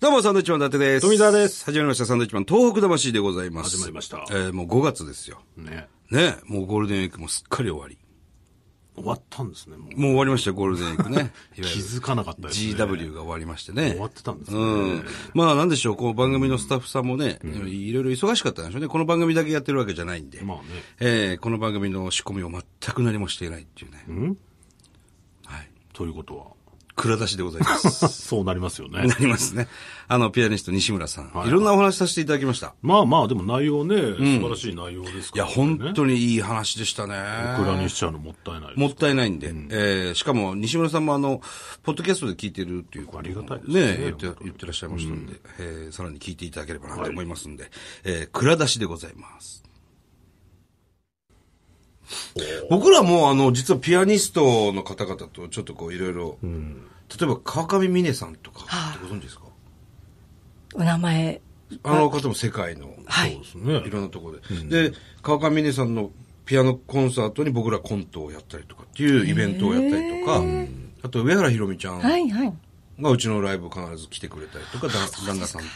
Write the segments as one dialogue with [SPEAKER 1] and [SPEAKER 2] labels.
[SPEAKER 1] どうも、サンドウィッチマン伊達です。
[SPEAKER 2] 富澤です。
[SPEAKER 1] 始まりました、サンドウィッチマン東北魂でございます。
[SPEAKER 2] 始まりました
[SPEAKER 1] えー、もう5月ですよ。
[SPEAKER 2] ね。
[SPEAKER 1] ねもうゴールデンウィークもすっかり終わり。
[SPEAKER 2] 終わったんですね、もう。
[SPEAKER 1] もう終わりましたよ、ゴールデンウィークね。いわ
[SPEAKER 2] 気
[SPEAKER 1] ゆる
[SPEAKER 2] づかなかったですね。
[SPEAKER 1] GW が終わりましてね。
[SPEAKER 2] 終わってたんですね。
[SPEAKER 1] うん。まあ、なんでしょう、こう、番組のスタッフさんもね、いろいろ忙しかったんでしょうね。この番組だけやってるわけじゃないんで。
[SPEAKER 2] まあね
[SPEAKER 1] えーこの番組の仕込みを全く何もしていないっていうね。はい。
[SPEAKER 2] ということ
[SPEAKER 1] 蔵出しでございます。
[SPEAKER 2] は。そうなりますよね
[SPEAKER 1] な。りますね。あの、ピアニスト西村さん。
[SPEAKER 2] はい
[SPEAKER 1] いろんなお話させていただきました。
[SPEAKER 2] まあまあ、でも内容ね、素晴らしい内容です
[SPEAKER 1] い
[SPEAKER 2] か
[SPEAKER 1] や、
[SPEAKER 2] ら、ね。
[SPEAKER 1] 本当にいい話でしたね。
[SPEAKER 2] オクラにしちゃうのもったいないです。
[SPEAKER 1] もったいないんで。えーしかも、西村さんもあの、ポッドキャストで聞いてるっていうこと
[SPEAKER 2] ありがたいです
[SPEAKER 1] ね
[SPEAKER 2] ね
[SPEAKER 1] 言って言ってらっしゃいましたんで、えーさらに聞いていただければなと思いますんで、えー蔵出しでございます。僕らも、あの、実はピアニストの方々とちょっとこう、いろいろ、例えば川上美音さんとかってご存知ですか
[SPEAKER 3] お名前、
[SPEAKER 1] あの方も世界の、
[SPEAKER 3] はい
[SPEAKER 2] そうですね。
[SPEAKER 1] いろんなところで。で、川上音さんのピアノコンサートに僕らコントをやったりとかっていうイベントをやったりとか、あと上原ひろみちゃん
[SPEAKER 3] はいはい。
[SPEAKER 1] がうちのライブ必ず来てくれたりとか、だ旦那さんと。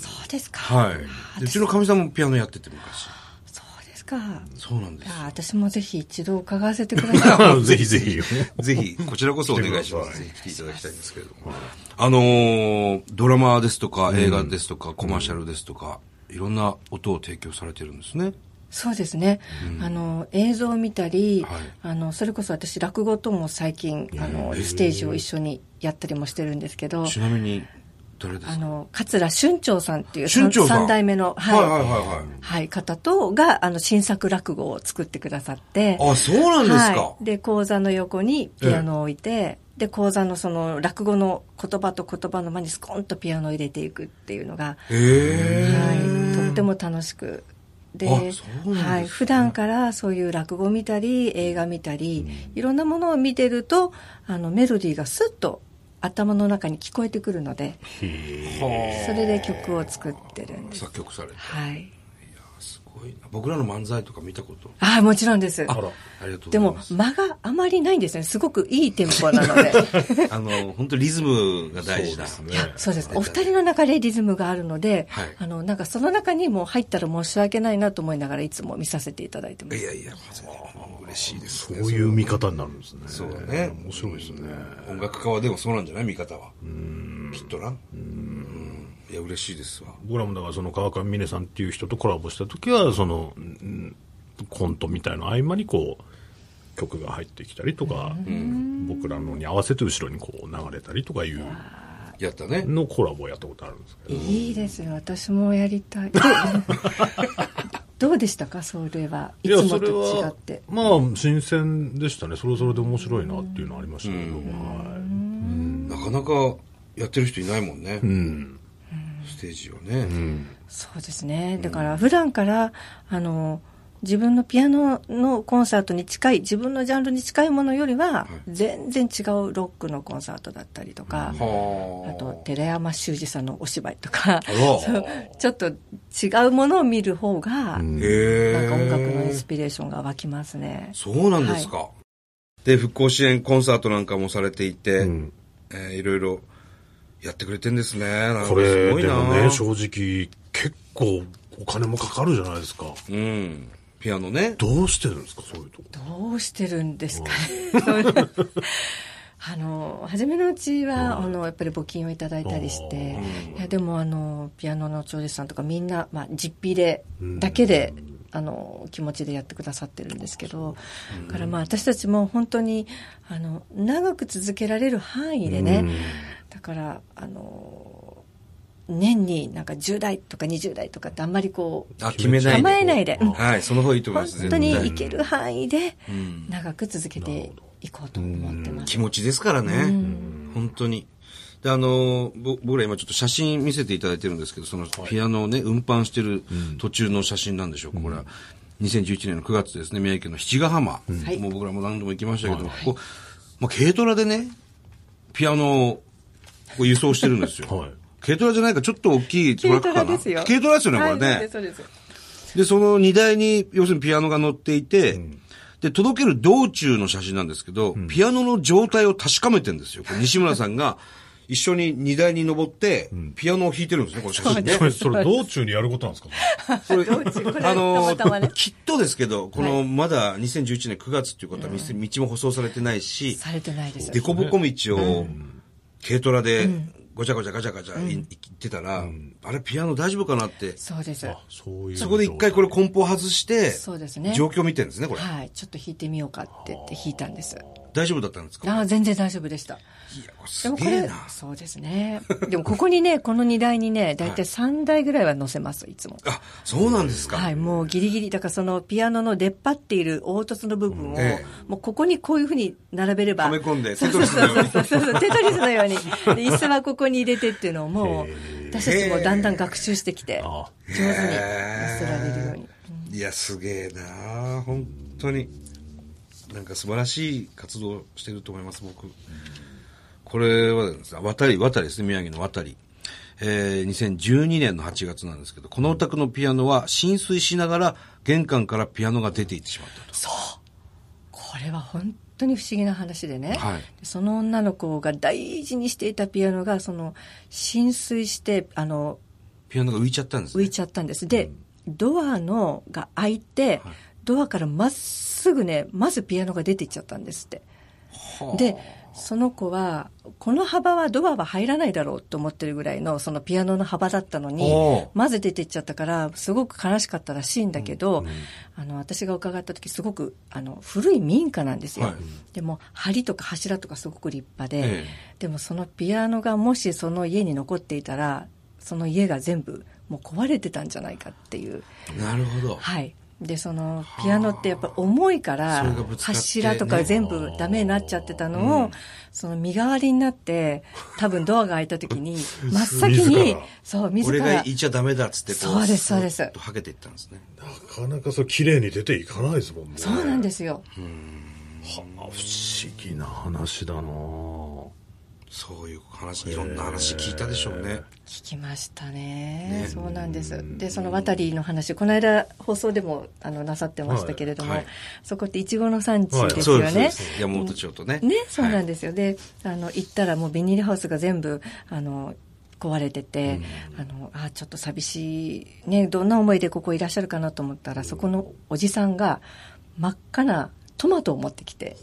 [SPEAKER 3] そうですか。
[SPEAKER 1] はい。でうちのかみさんもピアノやってて昔。
[SPEAKER 3] そうですか。
[SPEAKER 1] そうなんで
[SPEAKER 3] じ
[SPEAKER 1] すよ
[SPEAKER 3] ゃあ、私もぜひ一度伺わせてくださ
[SPEAKER 2] ぜひぜひ。
[SPEAKER 1] ぜひ、こちらこそお願いします。ぜひ来ていただきたいんですけれども。あのードラマですとか、映画ですとか、コマーシャルですとか、いろんな音を提供されてるんですね。
[SPEAKER 3] い。そうですね。あの、映像を見たり、
[SPEAKER 1] はい
[SPEAKER 3] あの、それこそ私、落語とも最近、あの、ステージを一緒にやったりもしてるんですけど、
[SPEAKER 1] ちなみに、誰です
[SPEAKER 3] あ
[SPEAKER 1] か
[SPEAKER 3] の、桂春長さんっていう
[SPEAKER 1] 春
[SPEAKER 3] 三
[SPEAKER 1] 長さん
[SPEAKER 3] 三代目の、
[SPEAKER 1] はいはいはい
[SPEAKER 3] はい。
[SPEAKER 1] はい。
[SPEAKER 3] はい、方と、が、あの、新作落語を作ってくださって、
[SPEAKER 1] あ、そうなんですか。
[SPEAKER 3] はい、で講座の横にピアノを置いて、で講座のその落語の言葉と言葉の間にスコンとピアノを入れていくっていうのが、
[SPEAKER 1] へ
[SPEAKER 3] はい、とっても楽しくで
[SPEAKER 1] あそうなんですね
[SPEAKER 3] はい、普段からそういう落語見たり映画見たり、いろんなものを見てるとあのメロディーがスッと頭の中に聞こえてくるのでそれで曲を作ってるんです。
[SPEAKER 1] 作曲されて。
[SPEAKER 3] はい、
[SPEAKER 1] すごいな。僕らの漫才とか見たこと。
[SPEAKER 3] ああもちろんです
[SPEAKER 1] あら、ありがとうござ
[SPEAKER 3] で
[SPEAKER 1] い
[SPEAKER 3] も
[SPEAKER 1] ます。
[SPEAKER 3] 間があまりないんですねすごくいいテンポなので。
[SPEAKER 1] あの、本当リズムが大事だ。
[SPEAKER 2] そうですね
[SPEAKER 3] いやそうですお二人の中でリズムがあるので、
[SPEAKER 1] はい
[SPEAKER 3] あのなんかその中にもう入ったら申し訳ないなと思いながらいつも見させていただいてま
[SPEAKER 1] い
[SPEAKER 3] す
[SPEAKER 1] やいや、まず嬉しいです
[SPEAKER 2] そ
[SPEAKER 1] ね。
[SPEAKER 2] ういう見方になるんですね。
[SPEAKER 1] そうだね
[SPEAKER 2] 面白いですね。
[SPEAKER 1] 音楽家はでもそうなんじゃない見方は。きっとな。うんいや、嬉しいですわ。
[SPEAKER 2] 僕らもだからその川上美音さんっていう人とコラボした時は、その、うんコントみたいな合間にこう、曲が入ってきたりとか、僕らのに合わせて後ろにこう流れたりとかいう
[SPEAKER 1] やったね。
[SPEAKER 2] のコラボをやったことあるんですけど。
[SPEAKER 3] いいですよ私もやりたいどうでしたかそれはい
[SPEAKER 2] いや
[SPEAKER 3] つも
[SPEAKER 2] それ
[SPEAKER 3] と違
[SPEAKER 2] は
[SPEAKER 3] って
[SPEAKER 2] まあ、新鮮でしたね。それはそれで面白いなっていうのはありましたけど、はい。
[SPEAKER 1] なかなかやってる人いないもんね。
[SPEAKER 2] うん。
[SPEAKER 1] ステージをね。
[SPEAKER 3] そうですねだから普段からあの自分のピアノのコンサートに近い自分のジャンルに近いものよりは全然違うロックのコンサートだったりとか、
[SPEAKER 1] は
[SPEAKER 3] あと寺山修司さんのお芝居とか
[SPEAKER 1] あら
[SPEAKER 3] そうちょっと違うものを見る方が、
[SPEAKER 1] あ。
[SPEAKER 3] なんか
[SPEAKER 1] へ
[SPEAKER 3] 音楽のイン
[SPEAKER 1] え
[SPEAKER 3] ス。ピレーションが湧きますね。
[SPEAKER 1] そうなんですか。で、復興支援コンサートなんかもされていて、
[SPEAKER 2] うん
[SPEAKER 1] えーいろいろやってくれてんですね。なんか
[SPEAKER 2] これ
[SPEAKER 1] すごい
[SPEAKER 2] で
[SPEAKER 1] な
[SPEAKER 2] もね正直結構お金もかかるじゃないですか
[SPEAKER 1] うん。ピアノね。
[SPEAKER 2] どうしてるんですかそういうとこ
[SPEAKER 3] どうしてるんですかね。あの初めのうちは、あのやっぱり募金をいただいたりして、いやでもあのピアノの調理師さんとかみんな、まあ、実費でだけで、あの気持ちでやってくださってるんですけど、だからまあ私たちも本当にあの長く続けられる範囲でね、だからあの年になんか10代とか20代とかってあんまりこう
[SPEAKER 1] あ、決めないで。
[SPEAKER 3] 構えないで、うん
[SPEAKER 1] はい、その方がいいと思い
[SPEAKER 3] 本
[SPEAKER 1] ます。
[SPEAKER 3] 当に
[SPEAKER 1] 絶対
[SPEAKER 3] いける範囲で
[SPEAKER 1] ん
[SPEAKER 3] 長く続けていこうと思ってます
[SPEAKER 1] 気。持ちですからね。本当に。で、あの、ぼ僕ら今ちょっと写真見せていただいてるんですけど、そのピアノをね、運搬してる途中の写真なんでしょうか、これは。2011年の9月ですね、宮城県の七ヶ浜。
[SPEAKER 3] はい
[SPEAKER 1] もう僕らも何度も行きましたけど、ここ、まあ、軽トラでね、ピアノをこう輸送してるんですよ。
[SPEAKER 2] はい
[SPEAKER 1] 軽トラじゃないか、ちょっと大きいトラックかな。軽トラですよね、これね。
[SPEAKER 3] そうです。
[SPEAKER 1] で、その荷台に、要するにピアノが乗っていて、で、届ける道中の写真なんですけど、ピアノの状態を確かめてんですよ。これ西村さんが、 一緒に荷台に登って、ピアノを弾いてるんですね、この写 真ね。
[SPEAKER 2] それ、それ、道中にやることなんですか
[SPEAKER 1] それ
[SPEAKER 3] どうちこれ
[SPEAKER 1] あの
[SPEAKER 3] たまたまね
[SPEAKER 1] きっとですけど、こ
[SPEAKER 3] は
[SPEAKER 1] の、まだ2011年9月っていうことは、道道も舗装されてないし、
[SPEAKER 3] されてないです
[SPEAKER 1] 凸凹道を軽トラでごちゃごちゃガチャガチャい行ってたら、あれピアノ大丈夫かなって、
[SPEAKER 3] そうで す
[SPEAKER 2] あそういう。
[SPEAKER 1] そこで一回これ梱包外して
[SPEAKER 3] そうです、ね
[SPEAKER 1] 状況見てるんですね、これ。
[SPEAKER 3] はいちょっと弾いてみようかって言って弾いたんです
[SPEAKER 1] 大丈夫だったんですか
[SPEAKER 3] ああ全然大丈夫でした
[SPEAKER 1] いや、これ
[SPEAKER 3] ですもこ
[SPEAKER 1] げえ
[SPEAKER 3] れ
[SPEAKER 1] な。
[SPEAKER 3] そうですねでもここにねこの荷台にね大体3台ぐらいは乗せますいつも
[SPEAKER 1] あ、そうなんですか。
[SPEAKER 3] はい、もうギリギリ、だからそのピアノの出っ張っている凹凸の部分を、
[SPEAKER 1] ええ
[SPEAKER 3] もうここにこういうふうに並べれば。
[SPEAKER 1] はめ込んで
[SPEAKER 3] そう
[SPEAKER 1] テトリスのように
[SPEAKER 3] そうそうそうそうテトリスのように。で椅子はここに入れてっていうのをもう、私たちもだんだん学習してきて、
[SPEAKER 2] あ
[SPEAKER 3] 上手に乗せられるように。
[SPEAKER 1] いや、すげえな本当に。なんか素晴らしい活動をしてると思います、僕。これはですね、渡り、渡りですね、宮城の渡り。えー、2012年の8月なんですけど、このお宅のピアノは浸水しながら玄関からピアノが出ていってしまったと。
[SPEAKER 3] これは本当に不思議な話でね、
[SPEAKER 1] はい
[SPEAKER 3] その女の子が大事にしていたピアノが、その、浸水して、あの、
[SPEAKER 1] ピアノが浮いちゃったんです
[SPEAKER 3] 浮
[SPEAKER 1] ね。
[SPEAKER 3] いちゃったんです。で、ドアのが開いて、ドアからまっすぐね、まずピアノが出ていっちゃったんですって。で、その子は、この幅はドアは入らないだろうと思ってるぐらいの、そのピアノの幅だったのに
[SPEAKER 1] お、
[SPEAKER 3] まず出ていっちゃったから、すごく悲しかったらしいんだけど、あの、私が伺った時、すごく、あの、古い民家なんですよ。
[SPEAKER 1] はい
[SPEAKER 3] でも、梁とか柱とかすごく立派で、
[SPEAKER 1] ええ
[SPEAKER 3] でもそのピアノがもしその家に残っていたらその家が全部もう壊れてたんじゃないかっていう
[SPEAKER 1] なるほど。
[SPEAKER 3] はいでそのピアノってやっぱ重いから
[SPEAKER 1] それがぶつかってね
[SPEAKER 3] 柱とか全部ダメになっちゃってたのをその身代わりになって多分ドアが開いた時 に真っ先
[SPEAKER 2] 自
[SPEAKER 3] に
[SPEAKER 2] ら
[SPEAKER 3] そう自
[SPEAKER 1] 俺が
[SPEAKER 3] ら
[SPEAKER 1] いちゃダメだっつってこ
[SPEAKER 3] そうですそうです
[SPEAKER 1] スーッとはけていったんですね。
[SPEAKER 2] なかなかそう、綺麗に出ていかないですもんね。
[SPEAKER 3] そうなんですよ
[SPEAKER 2] はあ不思議な話だなぁ
[SPEAKER 1] そういう話、いろんな話聞いたでしょうね。
[SPEAKER 3] 聞きましたねそうなんですでその渡りの話この間放送でもあのなさってましたけれども、
[SPEAKER 1] はいはい
[SPEAKER 3] そこっていちごの産地です
[SPEAKER 1] そう
[SPEAKER 3] よ
[SPEAKER 1] で
[SPEAKER 3] ね、
[SPEAKER 1] すそうです。山本町とね。
[SPEAKER 3] ね、そうなん
[SPEAKER 1] で
[SPEAKER 3] ですよ。で、あの、行ったらもうビニールハウスが全部、あの、壊れてて、あの、あ、ちょっと寂しい、ね、どんな思いでここいらっしゃるかなと思ったら、そこのおじさんが真っ赤なトマトを持ってきて、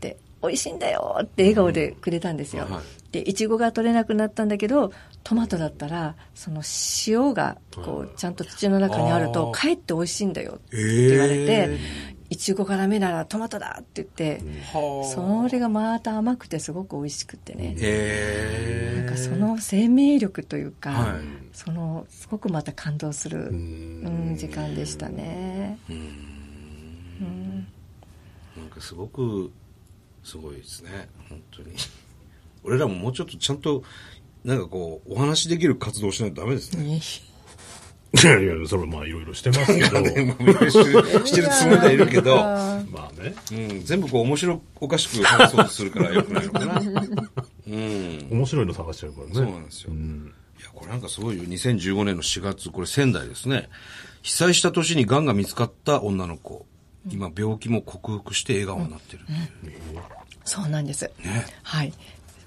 [SPEAKER 3] で、美味しいんだよって笑顔でくれたんですよ。
[SPEAKER 1] はい
[SPEAKER 3] で、いちごが取れなくなったんだけど、トマトだったら、その塩が、こう、ちゃんと土の中にあると、
[SPEAKER 1] あー
[SPEAKER 3] かえって美味しいんだよって
[SPEAKER 1] ええ
[SPEAKER 3] 言われて、いちごがダメならトマトだって言って、
[SPEAKER 1] はあ
[SPEAKER 3] それがまた甘くてすごく美味しくてね、
[SPEAKER 1] へえ
[SPEAKER 3] なんかその生命力というか、
[SPEAKER 1] はい
[SPEAKER 3] そのすごくまた感動する、うん、時間でしたね、
[SPEAKER 1] なんかすごくすごいですね本当に 俺らももうちょっとちゃんとなんかこうお話しできる活動をしないとダメ ですね
[SPEAKER 3] いや
[SPEAKER 2] いやいや、それまあいろいろしてますけ ど、
[SPEAKER 1] してるつもりはいるけど、
[SPEAKER 2] まあね、
[SPEAKER 1] うん、全部こう面白おかしく話そうとするからよくないのかなうん
[SPEAKER 2] 面白いの探しちゃうからね。
[SPEAKER 1] そうなんですよ、いやこれなんかすごいよ2015年の4月これ仙台ですね被災した年にがんが見つかった女の子今病気も克服して笑顔になってる、
[SPEAKER 3] そうなんです、はい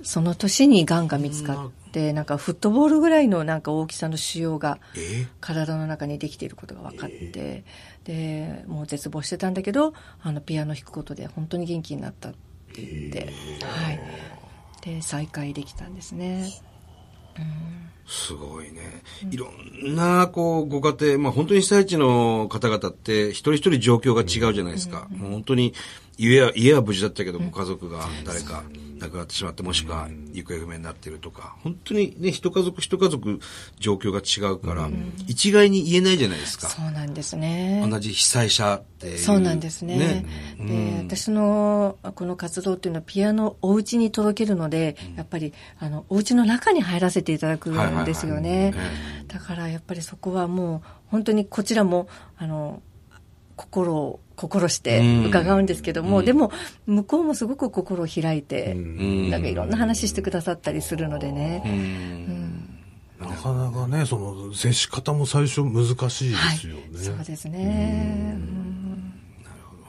[SPEAKER 3] その年にがんが見つかってなんかフットボールぐらいのなんか大きさの腫瘍が
[SPEAKER 1] え
[SPEAKER 3] 体の中にできていることが分かって、でもう絶望してたんだけどあのピアノ弾くことで本当に元気になったって言って、はい、で再会できたんですね
[SPEAKER 1] すごいね。いろんな、こう、ご家庭、まあ本当に被災地の方々って、一人一人状況が違うじゃないですか。もう本当に、家は、家は無事だったけど、ご家族が誰か亡くなってしまって、もしくは行方不明になってるとか、本当にね、一家族一家族状況が違うから、一概に言えないじゃないですか。
[SPEAKER 3] そうなんですね
[SPEAKER 1] 同じ被災者っていう。
[SPEAKER 3] そうなんですね。で、私のこの活動っていうのはピアノをお家に届けるので、やっぱりあのお家の中に入らせていただくんですよ
[SPEAKER 1] はい
[SPEAKER 3] ね
[SPEAKER 1] はいはいえ。
[SPEAKER 3] だからやっぱりそこはもう本当にこちらもあの心を心して伺うんですけども、でも向こうもすごく心を開いて、
[SPEAKER 1] ん
[SPEAKER 3] なんかいろんな話してくださったりするのでね。
[SPEAKER 2] なかなかね、その、接し方も最初難しいで
[SPEAKER 3] はい、
[SPEAKER 2] すよね。
[SPEAKER 3] そうですね。うん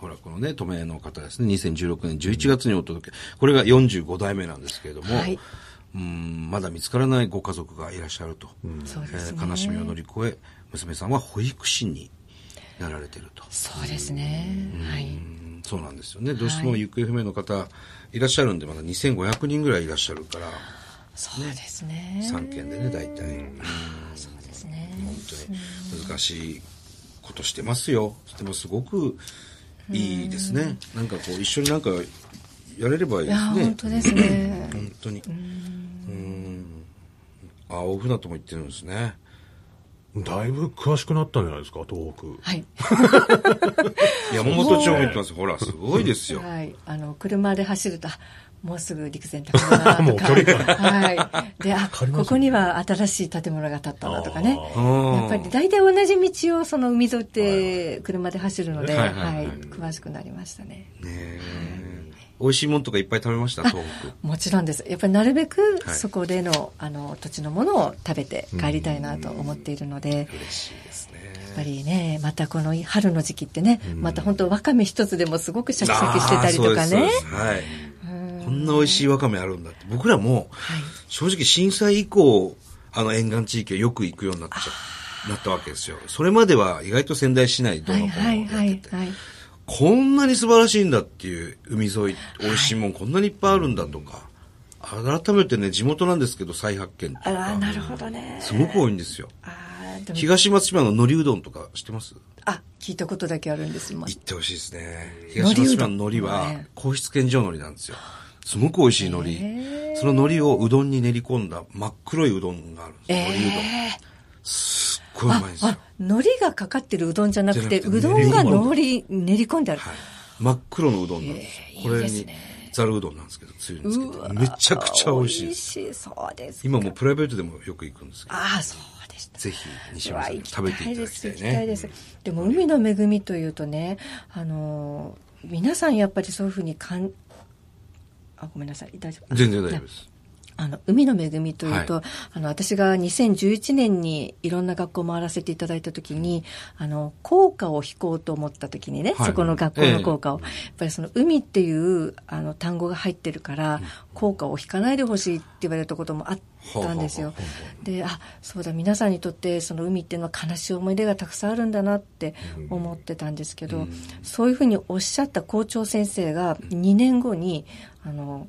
[SPEAKER 1] ほら、このね、都名の方ですね、2016年11月にお届け、これが45代目なんですけれども、
[SPEAKER 3] はい
[SPEAKER 1] うんまだ見つからないご家族がいらっしゃると、
[SPEAKER 3] そう
[SPEAKER 1] え
[SPEAKER 3] ですね、
[SPEAKER 1] ー悲しみを乗り越え娘さんは保育士になられてると
[SPEAKER 3] そうですね、は
[SPEAKER 1] う
[SPEAKER 3] い
[SPEAKER 1] んそうなんですよねどうしても行方不明の方いらっしゃるんでまだ2500人ぐらいいらっしゃるから
[SPEAKER 3] そうですね
[SPEAKER 1] 3県でね大体、うん
[SPEAKER 3] そうですね
[SPEAKER 1] 本当に難しいことしてますよでもすごくいいですねなんかこう一緒になんかやれればいい
[SPEAKER 3] い
[SPEAKER 1] で
[SPEAKER 3] や
[SPEAKER 1] す
[SPEAKER 3] 本
[SPEAKER 1] ね
[SPEAKER 3] 当ですね
[SPEAKER 1] 本当にうん青船とも言ってるんですね
[SPEAKER 2] だいぶ詳しくなったんじゃないですか、東北。
[SPEAKER 3] はい
[SPEAKER 1] 山本町も言ってますほらすごいですよ
[SPEAKER 3] はい、あの車で走るとあもうすぐ陸前高田だな とか
[SPEAKER 2] もう距離感
[SPEAKER 3] はい、であ
[SPEAKER 2] かりますね
[SPEAKER 3] ここには新しい建物が建ったなとかね
[SPEAKER 2] あ
[SPEAKER 1] や
[SPEAKER 3] やっぱり大体同じ道をその海沿いって車で走るので、
[SPEAKER 1] は
[SPEAKER 3] はい
[SPEAKER 1] はいはい
[SPEAKER 3] 詳しくなりましたね
[SPEAKER 1] ねえ美味しいもんとかいっぱい食べました東北
[SPEAKER 3] もちろんですやっぱりなるべく
[SPEAKER 1] はい
[SPEAKER 3] そこでの,、あの土地のものを食べて帰りたいなと思っているので、
[SPEAKER 1] 嬉しいです
[SPEAKER 3] やっ
[SPEAKER 1] ね
[SPEAKER 3] ぱりねまたこの春の時期ってね、また本当わかめ一つでもすごくシャキシャキしてたりと
[SPEAKER 1] あ
[SPEAKER 3] か
[SPEAKER 1] ーそう
[SPEAKER 3] ね
[SPEAKER 1] ですそうですはい
[SPEAKER 3] うん
[SPEAKER 1] こんな美味しいわかめあるんだって僕らも
[SPEAKER 3] はい
[SPEAKER 1] 正直震災以降、あの沿岸地域をよく行くようになっちゃなったわけですよ。それまでは意外と仙台市内どう
[SPEAKER 3] は
[SPEAKER 1] のこ
[SPEAKER 3] いう
[SPEAKER 1] の
[SPEAKER 3] はい
[SPEAKER 1] やっ
[SPEAKER 3] は
[SPEAKER 1] て
[SPEAKER 3] い
[SPEAKER 1] て、
[SPEAKER 3] はい
[SPEAKER 1] こんなに素晴らしいんだっていう海沿い、美味しいもんこんなにいっぱいあるんだとか、改めてね、地元なんですけど再発見と
[SPEAKER 3] あら
[SPEAKER 1] か、
[SPEAKER 3] なるほどね
[SPEAKER 1] すごく多いんですよ。
[SPEAKER 3] あーでも
[SPEAKER 1] 東松島の海苔うどんとか知ってます
[SPEAKER 3] あ聞いたことだけあるんですまあ
[SPEAKER 1] 行ってほしいですね。
[SPEAKER 3] 海
[SPEAKER 1] 東松
[SPEAKER 3] 苔うどん
[SPEAKER 1] 島の海苔は
[SPEAKER 3] ね、
[SPEAKER 1] 皇室献上海苔なんですよ。すごく美味しい海
[SPEAKER 3] へ
[SPEAKER 1] 苔。その海苔をうどんに練り込んだ真っ黒いうどんがあるんです。
[SPEAKER 3] え
[SPEAKER 1] 海苔うどん。
[SPEAKER 3] え
[SPEAKER 1] すっごいうまいんですよ
[SPEAKER 3] あ。海苔がかかってるうどんじゃなくて
[SPEAKER 1] じゃなくて
[SPEAKER 3] うどんが海苔練り込んである、
[SPEAKER 1] はい。真っ黒のうどんなんですよ。
[SPEAKER 3] えー
[SPEAKER 1] こ
[SPEAKER 3] いい
[SPEAKER 1] れ
[SPEAKER 3] です
[SPEAKER 1] に
[SPEAKER 3] ね、
[SPEAKER 1] ざるうどんなんですけど、つゆにつけ
[SPEAKER 3] うわ
[SPEAKER 1] て。めちゃくちゃ美味しい
[SPEAKER 3] 美
[SPEAKER 1] で
[SPEAKER 3] 味
[SPEAKER 1] す。
[SPEAKER 3] しいそうですか
[SPEAKER 1] 今もうプライベートでもよく行くんですけど、
[SPEAKER 3] ああそうでした
[SPEAKER 1] ぜひ西
[SPEAKER 3] う
[SPEAKER 1] 村
[SPEAKER 3] わ
[SPEAKER 1] さんに
[SPEAKER 3] 行きた
[SPEAKER 1] 食べてい
[SPEAKER 3] い
[SPEAKER 1] ただ
[SPEAKER 3] で
[SPEAKER 1] き
[SPEAKER 3] す
[SPEAKER 1] たい
[SPEAKER 3] 行
[SPEAKER 1] ね。
[SPEAKER 3] きたいですでも海の恵みというとねあのー皆さんやっぱりそういうふうにかんあごめんなさい大丈夫
[SPEAKER 1] 全然大丈夫です。
[SPEAKER 3] あの海の恵みというと、
[SPEAKER 1] は
[SPEAKER 3] あの私が2011年にいろんな学校を回らせていただいた時に、あの校歌を弾こうと思った時にね、
[SPEAKER 1] はい
[SPEAKER 3] そこの学校の校歌を、やっぱりその海っていうあの単語が入ってるから、校歌を弾かないでほしいって言われたこともあったんですよ。
[SPEAKER 1] ほうほう
[SPEAKER 3] であそうだ皆さんにとってその海っていうのは悲しい思い出がたくさんあるんだなって思ってたんですけど、そういうふうにおっしゃった校長先生が2年後にあの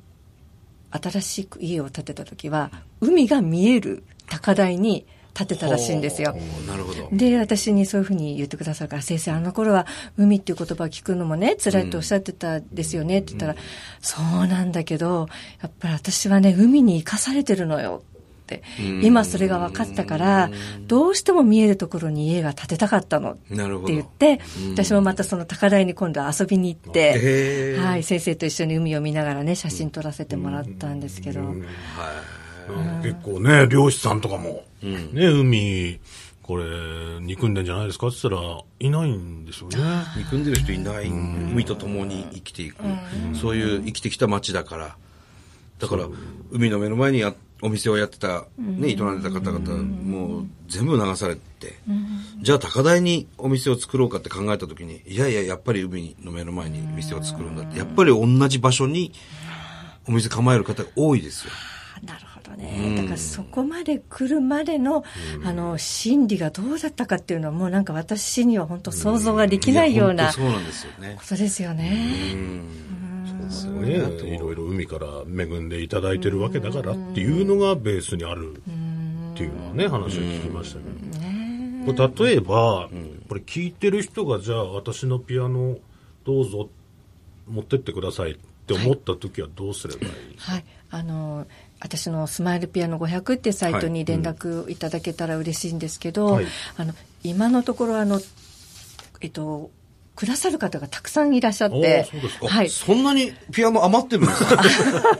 [SPEAKER 3] 新しく家を建てた時は海が見える高台に建てたらしいんですよ
[SPEAKER 1] ほ。うなるほど。
[SPEAKER 3] で、私にそういうふうに言ってくださるから、先生、あの頃は海っていう言葉を聞くのもね、辛いとおっしゃってたですよねって言ったら、そうなんだけど、やっぱり私はね、海に生かされてるのよって、
[SPEAKER 1] うん
[SPEAKER 3] 今それが分かったから、どうしても見えるところに家が建てたかったのって
[SPEAKER 1] なるほど。
[SPEAKER 3] 言って
[SPEAKER 1] うん、
[SPEAKER 3] 私もまたその高台に今度は遊びに行って、
[SPEAKER 1] えー、
[SPEAKER 3] はい、先生と一緒に海を見ながらね、写真撮らせてもらったんですけど、
[SPEAKER 2] 結構ね、漁師さんとかも、ね、海、これ、憎んでんじゃないですかって言ったら、いないんですよね。
[SPEAKER 1] 憎んでる人いない、海と共に生きていく、そういう生きてきた町だからだから海の目の前にやお店をやってた、ね、営んでた方々、もう全部流されて、じゃあ高台にお店を作ろうかって考えた時にいやいややっぱり海の目の前に店を作るんだってやっぱり同じ場所にお店構える方が多いですよ
[SPEAKER 3] なるほどね。だからそこまで来るまでの、あの、心理がどうだったかっていうのは、もうなんか私には本当想像ができないよう
[SPEAKER 1] い
[SPEAKER 3] な
[SPEAKER 1] や本当そうなんですよね
[SPEAKER 3] ことですよね。
[SPEAKER 2] すごいね、いろいろ海から恵んでいただいてるわけだからっていうのがベースにあるっていうのはね、話を聞きましたけど。これ例えば、これ聞いてる人が、じゃあ私のピアノどうぞ持ってってくださいって思った時はどうすればいい
[SPEAKER 3] はい。あの、私のスマイルピアノ500ってサイトに連絡いただけたら嬉しいんですけど、
[SPEAKER 2] はい
[SPEAKER 3] あの、今のところあの、えっと、くださる方がたくさんいらっしゃって
[SPEAKER 2] おーそうです、か
[SPEAKER 3] はい。
[SPEAKER 1] そんなにピアノ余ってるんですか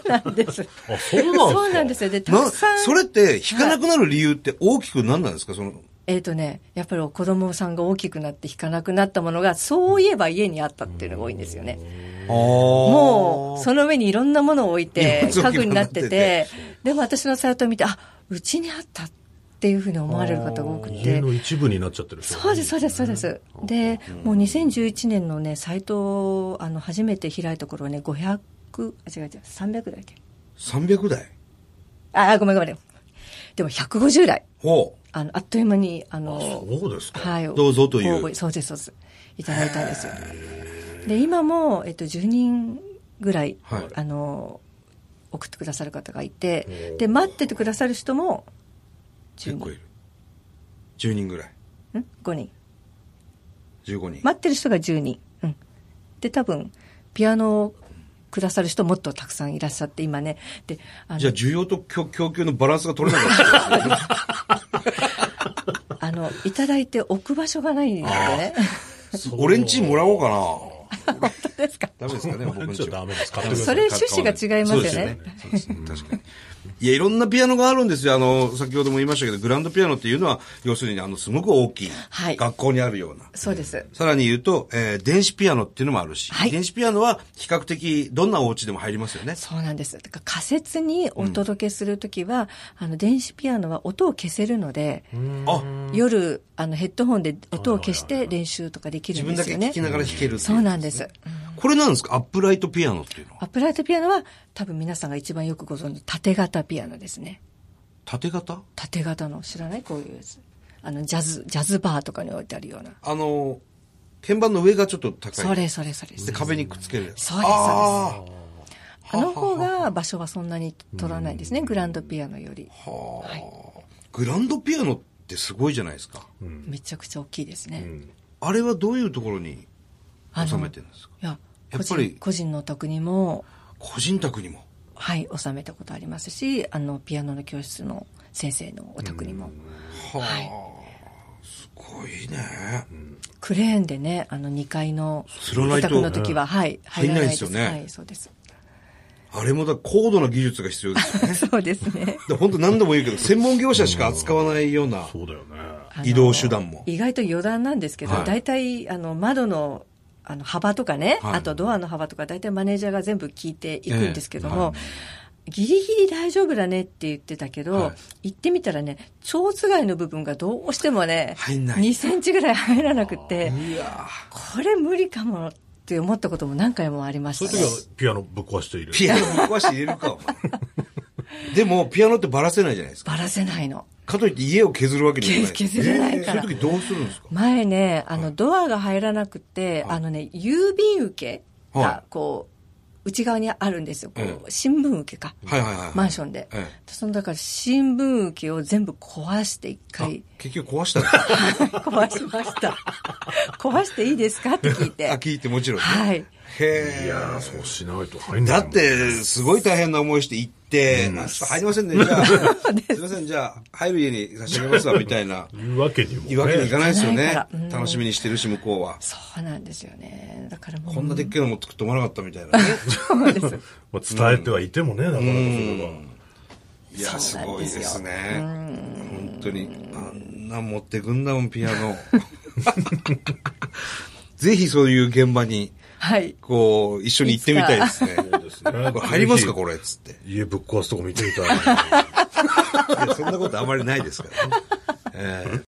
[SPEAKER 3] なんです。
[SPEAKER 2] あ、そうなんですか
[SPEAKER 3] そうなんですよ。で、た
[SPEAKER 1] な
[SPEAKER 3] くさん。
[SPEAKER 1] それって弾かなくなる理由って大きく何なんですかその
[SPEAKER 3] えっ、とね、やっぱり子供さんが大きくなって弾かなくなったものが、そういえば家にあったっていうのが多いんですよね。
[SPEAKER 1] も
[SPEAKER 3] もう、その上にいろんなものを置いて、
[SPEAKER 1] いろんなもの
[SPEAKER 3] 家具
[SPEAKER 1] 置いて
[SPEAKER 3] になってて、でも私のサイトを見て、あ、うちにあったっていうふうに思われる方が多く
[SPEAKER 2] 家
[SPEAKER 3] て。
[SPEAKER 2] の一部になっちゃってる人
[SPEAKER 3] そうです、そうです、そうです。で、もう2011年のね、サイトを、あの、初めて開いた頃はね、500、あ、違う違う、300だっけ
[SPEAKER 1] 300台
[SPEAKER 3] あ、ごめんごめん。でも150台。
[SPEAKER 1] ほ
[SPEAKER 3] あの、あっという間に、あの、
[SPEAKER 2] そうですか。
[SPEAKER 3] はい。
[SPEAKER 1] どうぞという
[SPEAKER 3] 応募そうです、そうです。いただいたんですよ。で、今も、えっと、10人ぐらい、
[SPEAKER 1] はい
[SPEAKER 3] あの、送ってくださる方がいて、で、待っててくださる人も、
[SPEAKER 1] う。
[SPEAKER 3] 10
[SPEAKER 1] 結構い
[SPEAKER 3] 人
[SPEAKER 1] る。10人ぐらい。。
[SPEAKER 3] ん ?5 人。
[SPEAKER 1] 15人。
[SPEAKER 3] 待ってる人が10人。うん。で、多分、ピアノをくださる人もっとたくさんいらっしゃって、今ね。で、あ
[SPEAKER 1] じゃ
[SPEAKER 3] の
[SPEAKER 1] あ、需要と供供給のバランスが取れなかったですね。
[SPEAKER 3] あの、いただいて置く場所がないんでね。
[SPEAKER 1] 俺んちもらおうかな。
[SPEAKER 3] 本当ですか。
[SPEAKER 1] ダメですかね、僕ん
[SPEAKER 2] ちょ
[SPEAKER 1] ち
[SPEAKER 2] っと
[SPEAKER 1] は
[SPEAKER 2] ダメです。買ってくだ
[SPEAKER 3] そ
[SPEAKER 2] さい。
[SPEAKER 3] れ趣旨が違いますよね
[SPEAKER 1] そうですよね。そうですね確かに。いや、いろんなピアノがあるんですよ。あの、先ほども言いましたけど、グランドピアノっていうのは、要するに、あの、すごく大きい、
[SPEAKER 3] はい
[SPEAKER 1] 学校にあるような。
[SPEAKER 3] そうです。
[SPEAKER 1] さらに言うと、えー電子ピアノっていうのもあるし、
[SPEAKER 3] はい
[SPEAKER 1] 電子ピアノは比較的どんなお家でも入りますよね。
[SPEAKER 3] そうなんです。だから仮説にお届けするときは、あの、電子ピアノは音を消せるので、
[SPEAKER 1] あ、
[SPEAKER 3] 夜、あの、ヘッドホンで音を消して練習とかできる
[SPEAKER 1] 自分
[SPEAKER 3] んで
[SPEAKER 1] だ
[SPEAKER 3] す
[SPEAKER 1] け
[SPEAKER 3] よ
[SPEAKER 1] 聞
[SPEAKER 3] ね
[SPEAKER 1] き。ながら弾けるってい
[SPEAKER 3] そうなんです。
[SPEAKER 1] これなんですかアップライトピアノっていうのは。
[SPEAKER 3] アップライトピアノは、多分皆さんが一番よくご存知、縦型ピアノですね。
[SPEAKER 1] 縦型
[SPEAKER 3] 縦型の、知らないこういうやつ。あの、ジャズ、ジャズバーとかに置いてあるような。
[SPEAKER 1] あの、鍵盤の上がちょっと高い。
[SPEAKER 3] それそれそれ。
[SPEAKER 1] で、壁にくっつけるやつ。
[SPEAKER 3] そうです
[SPEAKER 1] あー
[SPEAKER 3] あの方が場所はそんなに取らないですね、グランドピアノより。
[SPEAKER 1] はあ、
[SPEAKER 3] はい
[SPEAKER 1] グランドピアノってすごいじゃないですか。
[SPEAKER 3] めちゃくちゃ大きいですね。
[SPEAKER 1] あれはどういうところに
[SPEAKER 3] あの
[SPEAKER 1] 収めてるんですか
[SPEAKER 3] いや、
[SPEAKER 1] や
[SPEAKER 3] 個
[SPEAKER 1] っぱり
[SPEAKER 3] 人個人のお宅にも、
[SPEAKER 1] 個人宅にも。
[SPEAKER 3] はい、収めたことありますし、あの、ピアノの教室の先生のお宅にも、
[SPEAKER 1] はあ、すごいね。
[SPEAKER 3] クレーンでね、あの、2階の
[SPEAKER 1] 知らな
[SPEAKER 3] お
[SPEAKER 1] いと
[SPEAKER 3] 宅の時は、はい、
[SPEAKER 1] 入んないですよね
[SPEAKER 3] はい、そうです。
[SPEAKER 1] あれもだ、高度な技術が必要ですよね。
[SPEAKER 3] そうですね。
[SPEAKER 1] で本当何度も言うけど、専門業者しか扱わないような。
[SPEAKER 2] そうだよね。
[SPEAKER 3] あの
[SPEAKER 1] 移動手段も
[SPEAKER 3] 意外と余談なんですけど、
[SPEAKER 1] はい
[SPEAKER 3] 大体あの窓のあの幅とかね、
[SPEAKER 1] はい
[SPEAKER 3] あとドアの幅とか大体マネージャーが全部聞いていくんですけども、ギリギリ大丈夫だねって言ってたけど、
[SPEAKER 1] は
[SPEAKER 3] 行ってみたらね蝶子貝の部分がどうしてもね
[SPEAKER 1] 入んない
[SPEAKER 3] 2センチぐらい入らなくて
[SPEAKER 1] いや
[SPEAKER 3] これ無理かもって思ったことも何回もありま
[SPEAKER 2] そ
[SPEAKER 3] し
[SPEAKER 2] うい
[SPEAKER 3] た
[SPEAKER 2] う
[SPEAKER 3] ね
[SPEAKER 2] 時はピアノぶっ壊している。
[SPEAKER 1] ピアノぶっ壊して入れるか、お前でも、ピアノってばらせないじゃないですか。
[SPEAKER 3] バラせないの
[SPEAKER 1] かといって家を削るわけにもいかない。
[SPEAKER 3] 削削れないから
[SPEAKER 1] えーそういう時どうするんですか
[SPEAKER 3] 前ね、あの、ドアが入らなくて、
[SPEAKER 1] はい
[SPEAKER 3] あのね、郵便受け
[SPEAKER 1] は
[SPEAKER 3] が、こう、内側にあるんですよ。こ
[SPEAKER 1] え
[SPEAKER 3] う、新聞受けか。
[SPEAKER 1] はいはいはい。
[SPEAKER 3] マンションで
[SPEAKER 1] ええ。
[SPEAKER 3] その、だから、新聞受けを全部壊して、一回、
[SPEAKER 1] あ結局壊したんだ
[SPEAKER 3] 壊しました。 壊していいですかって聞い
[SPEAKER 1] あ、
[SPEAKER 3] て。
[SPEAKER 1] 聞いてもちろんね。
[SPEAKER 3] はい。
[SPEAKER 1] へえ。
[SPEAKER 2] いやーそうしないと入んな
[SPEAKER 1] だ
[SPEAKER 2] い。
[SPEAKER 1] って、すごい大変な思いして行って、あちょっと入りませんね、じゃあ。 すいません、じゃあ、入る家に差し上げますわ、みたいな。
[SPEAKER 2] いうわけにもね。
[SPEAKER 1] 言うわけにいかないですよ
[SPEAKER 3] いか
[SPEAKER 1] ね
[SPEAKER 3] ないからう。ん
[SPEAKER 1] 楽しみにしてるし、向こうは。
[SPEAKER 3] そうなんですよね。だからもう。
[SPEAKER 1] こんなでっけえの持ってくると思わなかったみたいなね。
[SPEAKER 3] そうです。
[SPEAKER 2] まあ伝えてはいてもね、なかなかそれは。
[SPEAKER 1] いや、す
[SPEAKER 3] そうな
[SPEAKER 1] ご
[SPEAKER 3] ん
[SPEAKER 1] いで
[SPEAKER 3] ですよ
[SPEAKER 1] すね。本当に、あんな持ってくんだもん、ピアノ。 ぜひそういう現場に、
[SPEAKER 3] はい。
[SPEAKER 1] こう、一緒に行ってみたい ですね。
[SPEAKER 2] そうですね
[SPEAKER 1] これ入りますか、これ、つって。
[SPEAKER 2] 家ぶっ壊すとこ見てみたい。
[SPEAKER 1] いや、そんなことあまりないですからね。ええ